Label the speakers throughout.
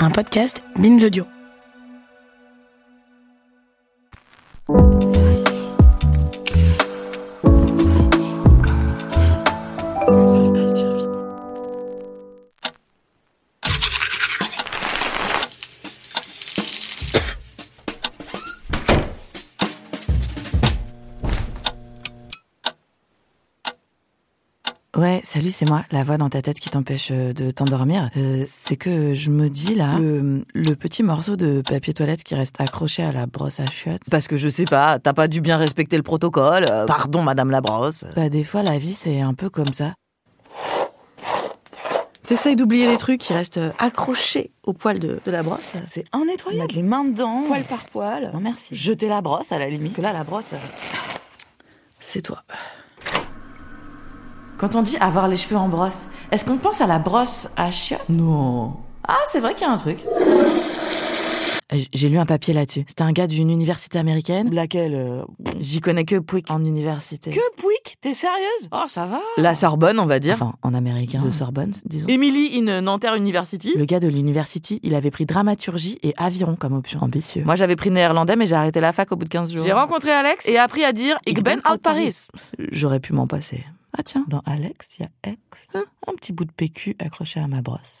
Speaker 1: Un podcast Binge Audio. Ouais, salut, c'est moi, la voix dans ta tête qui t'empêche euh, de t'endormir. Euh, c'est que je me dis là, le, le petit morceau de papier toilette qui reste accroché à la brosse à chiottes.
Speaker 2: Parce que je sais pas, t'as pas dû bien respecter le protocole. euh, pardon, Madame la brosse.
Speaker 1: Bah, des fois, la vie, c'est un peu comme ça. T'essayes d'oublier les trucs qui restent euh, accrochés au poil de, de la brosse.
Speaker 2: C'est un nettoyage.
Speaker 1: Mettre les mains dedans.
Speaker 2: Poil par poil.
Speaker 1: Non, merci.
Speaker 2: Jeter la brosse à la limite.
Speaker 1: que là, la brosse. euh, C'est toi. Quand on dit avoir les cheveux en brosse, est-ce qu'on pense à la brosse à chiottes Non. Ah, c'est vrai qu'il y a un truc. J'ai lu un papier là-dessus. C'était un gars d'une université américaine.
Speaker 2: Laquelle euh?
Speaker 1: J'y connais que Pouic en université.
Speaker 2: Que Pouic T'es sérieuse Oh, ça va.
Speaker 1: La Sorbonne, on va dire. Enfin, en américain. The Sorbonne, disons.
Speaker 2: Emily in euh, Nanterre University.
Speaker 1: Le gars de l'université, il avait pris dramaturgie et aviron comme option. Ambitieux. Moi, j'avais pris néerlandais, mais j'ai arrêté la fac au bout de 15 jours.
Speaker 2: J'ai rencontré Alex et appris à dire Ich ben out Paris.
Speaker 1: J'aurais pu m'en passer. Ah tiens.
Speaker 2: Dans Alex, il y a ex. Hein? Un petit bout de PQ accroché à ma brosse.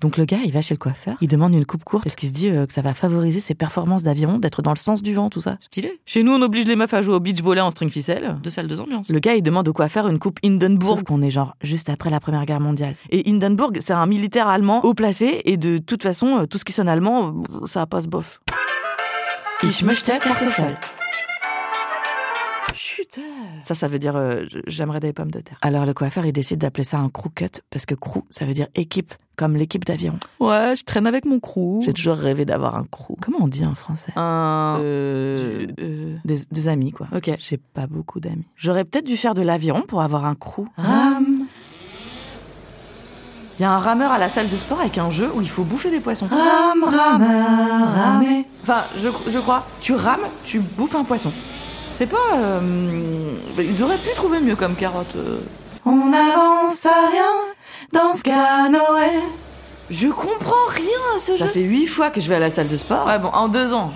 Speaker 1: Donc le gars, il va chez le coiffeur, il demande une coupe courte parce qu'il se dit euh, que ça va favoriser ses performances d'aviron, d'être dans le sens du vent, tout ça.
Speaker 2: Stylé.
Speaker 1: Chez nous, on oblige les meufs à jouer au beach volley en string ficelle.
Speaker 2: Deux salles, deux ambiances.
Speaker 1: Le gars, il demande au coiffeur une coupe Hindenburg, qu'on est genre juste après la Première Guerre mondiale. Et Hindenburg, c'est un militaire allemand haut placé, et de toute façon, euh, tout ce qui sonne allemand, euh, ça passe bof. Ich möchte Kartoffeln.
Speaker 2: Chut.
Speaker 1: Ça, ça veut dire euh, j- j'aimerais des pommes de terre. Alors le coiffeur, il décide d'appeler ça un crew cut parce que crew, ça veut dire équipe, comme l'équipe d'aviron. Ouais, je traîne avec mon crew. J'ai toujours rêvé d'avoir un crew. Comment on dit en français
Speaker 2: Un.
Speaker 1: Euh, Des, des amis, quoi.
Speaker 2: Ok.
Speaker 1: J'ai pas beaucoup d'amis. J'aurais peut-être dû faire de l'aviron pour avoir un crew. Ram Il y a un rameur à la salle de sport avec un jeu où il faut bouffer des poissons. Ram, rameur, ramer. Enfin, je, je crois, tu rames, tu bouffes un poisson. C'est pas. euh, ils auraient pu trouver mieux comme carotte. euh. On avance à rien dans ce canoë. Je comprends rien à ce jeu. Ça fait huit fois que je vais à la salle de sport.
Speaker 2: Ouais, bon, en deux ans.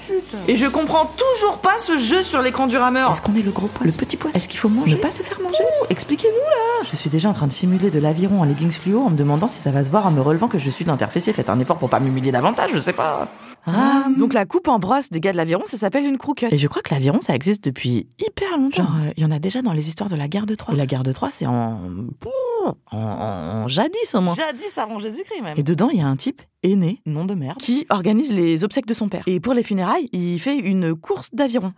Speaker 2: Et je comprends toujours pas ce jeu sur l'écran du rameur.
Speaker 1: Est-ce qu'on est le gros poisson Le petit poisson Est-ce qu'il faut manger Ne pas se faire manger Expliquez-nous là Je suis déjà en train de simuler de l'aviron en leggings fluo en me demandant si ça va se voir en me relevant que je suis d'interfécier. Faites un effort pour pas m'humilier davantage, je sais pas.
Speaker 2: Donc la coupe en brosse des gars de l'aviron, ça s'appelle une croquette.
Speaker 1: Et je crois que l'aviron, ça existe depuis hyper longtemps. euh, il y en a déjà dans les histoires de la guerre de Troie. Et la guerre de Troie, c'est en... en... en jadis au moins.
Speaker 2: Jadis avant Jésus-Christ même.
Speaker 1: Et dedans, il y a un type aîné
Speaker 2: Nom de merde.
Speaker 1: qui organise les obsèques de son père. Et pour les funérailles, il fait une course d'aviron.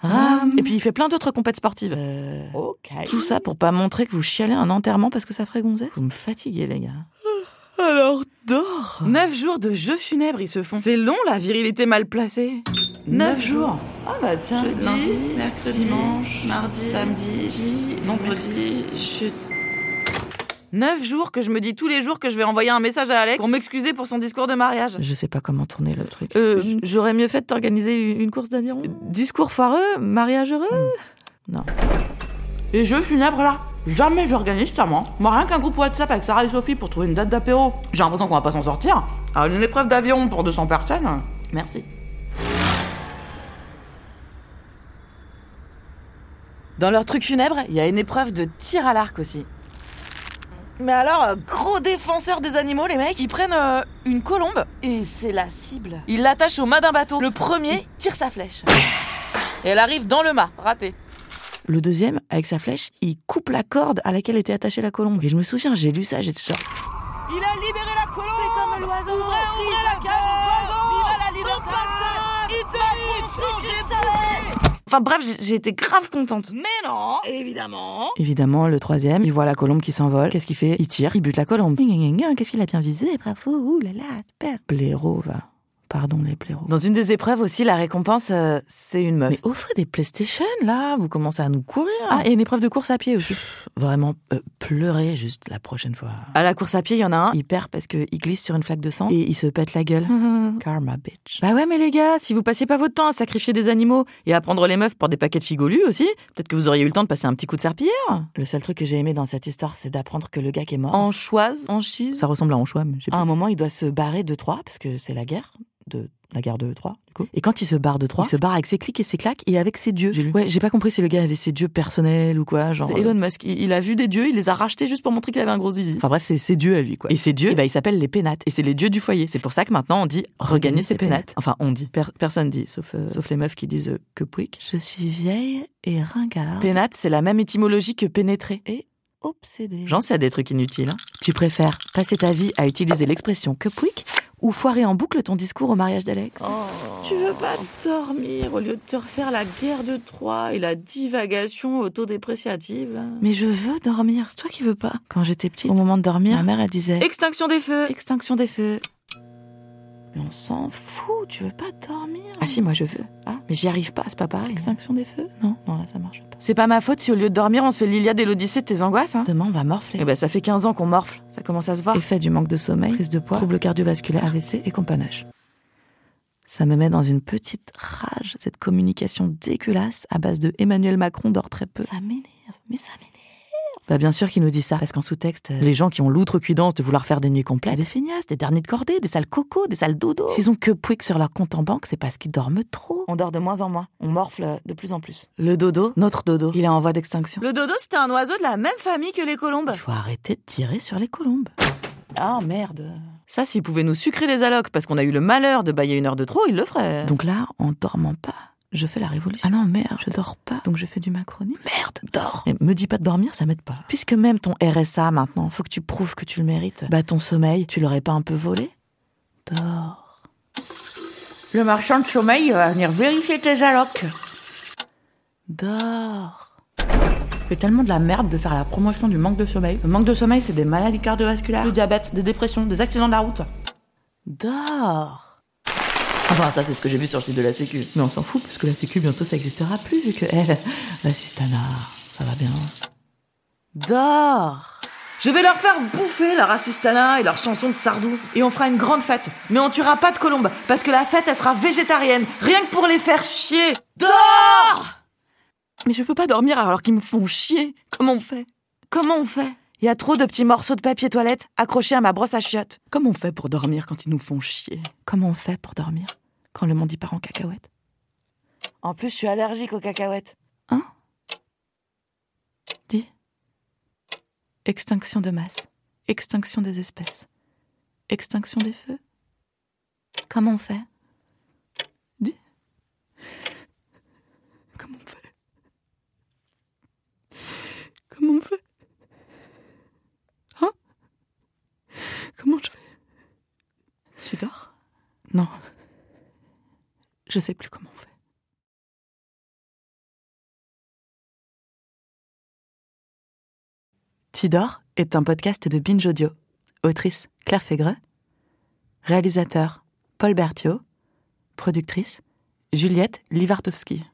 Speaker 1: Et puis il fait plein d'autres compètes sportives.
Speaker 2: Euh, Ok.
Speaker 1: Tout ça pour pas montrer que vous chialez un enterrement parce que ça ferait gonzesse Vous me fatiguez, les gars.
Speaker 2: Ah, Alors dors Neuf jours de jeux funèbres, ils se font. C'est long la virilité mal placée. Neuf jours Ah bah tiens,
Speaker 1: Jeudi,
Speaker 2: mercredi, dimanche, mardi, samedi, vendredi, Neuf jours que je me dis tous les jours que je vais envoyer un message à Alex pour m'excuser pour son discours de mariage.
Speaker 1: Je sais pas comment tourner le truc.
Speaker 2: Euh,
Speaker 1: J'aurais mieux fait de t'organiser une course d'aviron.
Speaker 2: Discours foireux, mariage heureux
Speaker 1: Non.
Speaker 2: Et jeux funèbres là Jamais j'organise, tellement. Moi, rien qu'un groupe WhatsApp avec Sarah et Sophie pour trouver une date d'apéro. J'ai l'impression qu'on va pas s'en sortir. Alors, une épreuve d'avion pour 200 personnes, merci. Dans leur truc funèbre, il y a une épreuve de tir à l'arc aussi. Mais alors, euh, gros défenseur des animaux, les mecs, ils prennent euh, une colombe et c'est la cible. Ils l'attachent au mât d'un bateau. Le premier tire sa flèche. Et elle arrive dans le mât, raté.
Speaker 1: Le deuxième, avec sa flèche, il coupe la corde à laquelle était attachée la colombe. Et je me souviens, j'ai lu ça, j'étais genre.
Speaker 2: Il a libéré la colombe comme l'oiseau Ouvrez, ouvrez la cage la liberté
Speaker 1: Enfin bref, j- j'étais grave contente.
Speaker 2: Mais non, évidemment
Speaker 1: Évidemment, le troisième, il voit la colombe qui s'envole. Qu'est-ce qu'il fait Il tire, il bute la colombe. Gna, gna, gna, gna, Qu'est-ce qu'il a bien visé Bravo, ouh là là, super. Blaireau va. Pardon les blaireaux.
Speaker 2: Dans une des épreuves aussi, la récompense, euh, c'est une meuf.
Speaker 1: Mais offrez des PlayStation, là, vous commencez à nous courir. Ah, et une épreuve de course à pied aussi. Vraiment, euh, pleurez juste la prochaine fois.
Speaker 2: À la course à pied, il y en a un.
Speaker 1: Il perd parce qu'il glisse sur une flaque de sang et il se pète la gueule. Karma, bitch.
Speaker 2: Bah ouais, mais les gars, si vous passiez pas votre temps à sacrifier des animaux et à prendre les meufs pour des paquets de figolus aussi, peut-être que vous auriez eu le temps de passer un petit coup de serpillière.
Speaker 1: Le seul truc que j'ai aimé dans cette histoire, c'est d'apprendre que le gars qui est mort,
Speaker 2: Anchoise, anchise. Ça ressemble à anchois, mais j'ai
Speaker 1: à un moment, il doit se barrer de Troyes parce que c'est la guerre de la guerre de Troie, du coup. Et quand il se barre de Troyes, il se barre avec ses clics et ses claques et avec ses dieux.
Speaker 2: J'ai lu.
Speaker 1: Ouais, j'ai pas compris si le gars avait ses dieux personnels ou quoi, genre. euh,
Speaker 2: C'est Elon Musk. Il il a vu des dieux, il les a rachetés juste pour montrer qu'il avait un gros zizi.
Speaker 1: Enfin bref, c'est ses dieux à lui, quoi. Et ses dieux, eh ben, ils s'appellent les pénates.
Speaker 2: Et c'est les dieux du foyer. C'est pour ça que maintenant on dit regagner ses pénates.
Speaker 1: Enfin, on dit.
Speaker 2: Per- personne dit, sauf, euh, sauf les meufs qui disent euh, que pouic.
Speaker 1: Je suis vieille et ringarde
Speaker 2: Pénate, c'est la même étymologie que pénétrer.
Speaker 1: et obsédée.
Speaker 2: J'en sais des trucs inutiles. hein.
Speaker 1: Tu préfères passer ta vie à utiliser l'expression que pouic ou foirer en boucle ton discours au mariage d'Alex
Speaker 3: Tu veux pas dormir au lieu de te refaire la guerre de Troie et la divagation autodépréciative là.
Speaker 1: Mais je veux dormir, c'est toi qui veux pas. Quand j'étais petite, au moment de dormir, ma mère elle disait
Speaker 2: Extinction des feux.
Speaker 1: Extinction des feux.
Speaker 3: Mais on s'en fout, tu veux pas dormir
Speaker 1: Ah si, moi je veux.
Speaker 2: Ah.
Speaker 1: mais j'y arrive pas, c'est pas pareil.
Speaker 3: Extinction des feux
Speaker 1: Non, non là ça marche pas.
Speaker 2: C'est pas ma faute si au lieu de dormir on se fait l'Iliade et l'Odyssée de tes angoisses. Hein.
Speaker 1: Demain on va morfler.
Speaker 2: Eh ben ça fait 15 ans qu'on morfle. Ça commence à se voir.
Speaker 1: Effet du manque de sommeil, prise de poids, troubles cardiovasculaires, AVC et companage. Ça me met dans une petite rage, cette communication dégueulasse à base de Emmanuel Macron dort très peu.
Speaker 3: Ça m'énerve, mais ça m'énerve.
Speaker 1: Bah bien sûr qu'il nous dit ça, parce qu'en sous-texte, euh, les gens qui ont l'outrecuidance de vouloir faire des nuits complètes, c'est des feignasses, des derniers de cordée, des sales cocos, des sales dodo. S'ils ont que pouic sur leur compte en banque, c'est parce qu'ils dorment trop.
Speaker 3: On dort de moins en moins, on morfle de plus en plus.
Speaker 2: Le dodo,
Speaker 1: Notre dodo.
Speaker 2: il est en voie d'extinction.
Speaker 3: Le dodo, c'était un oiseau de la même famille que les colombes.
Speaker 1: Il faut arrêter de tirer sur les colombes.
Speaker 3: Ah merde.
Speaker 2: Ça, s'ils pouvaient nous sucrer les allocs parce qu'on a eu le malheur de bailler une heure de trop, ils le feraient.
Speaker 1: Donc là, en dormant pas, je fais la révolution. Ah non, merde, je dors pas, donc je fais du macronisme. Merde, dors Et me dis pas de dormir, ça m'aide pas. Puisque même ton RSA maintenant, faut que tu prouves que tu le mérites. Bah ton sommeil, tu l'aurais pas un peu volé Dors.
Speaker 3: Le marchand de sommeil va venir vérifier tes allocs.
Speaker 1: Dors.
Speaker 3: C'est tellement de la merde de faire la promotion du manque de sommeil. Le manque de sommeil, c'est des maladies cardiovasculaires, le diabète, des dépressions, des accidents de la route.
Speaker 1: Dors.
Speaker 3: Enfin, bah, ça, c'est ce que j'ai vu sur le site de la Sécu.
Speaker 1: Mais on s'en fout, parce que la sécu, bientôt, ça existera plus, vu que elle, l'assistana, ça va bien. Dors.
Speaker 3: Je vais leur faire bouffer leur assistana et leur chanson de Sardou. Et on fera une grande fête. Mais on tuera pas de colombes, parce que la fête, elle sera végétarienne. Rien que pour les faire chier. Dors
Speaker 2: Mais je peux pas dormir alors qu'ils me font chier. Comment on fait
Speaker 3: Comment on fait Il y a trop de petits morceaux de papier toilette accrochés à ma brosse à chiottes.
Speaker 2: Comment on fait pour dormir quand ils nous font chier
Speaker 1: Comment on fait pour dormir quand le monde y part en cacahuète
Speaker 3: En plus, je suis allergique aux cacahuètes.
Speaker 1: Hein Dis. Extinction de masse. Extinction des espèces. Extinction des feux. Comment on fait Dis. Comment on fait Comment on fait Hein Comment je fais Tu dors Non. Je sais plus comment on fait. Tudor est un podcast de Binge Audio. Autrice Claire Fégreux. Réalisateur Paul Berthiaud. Productrice Juliette Livartowski.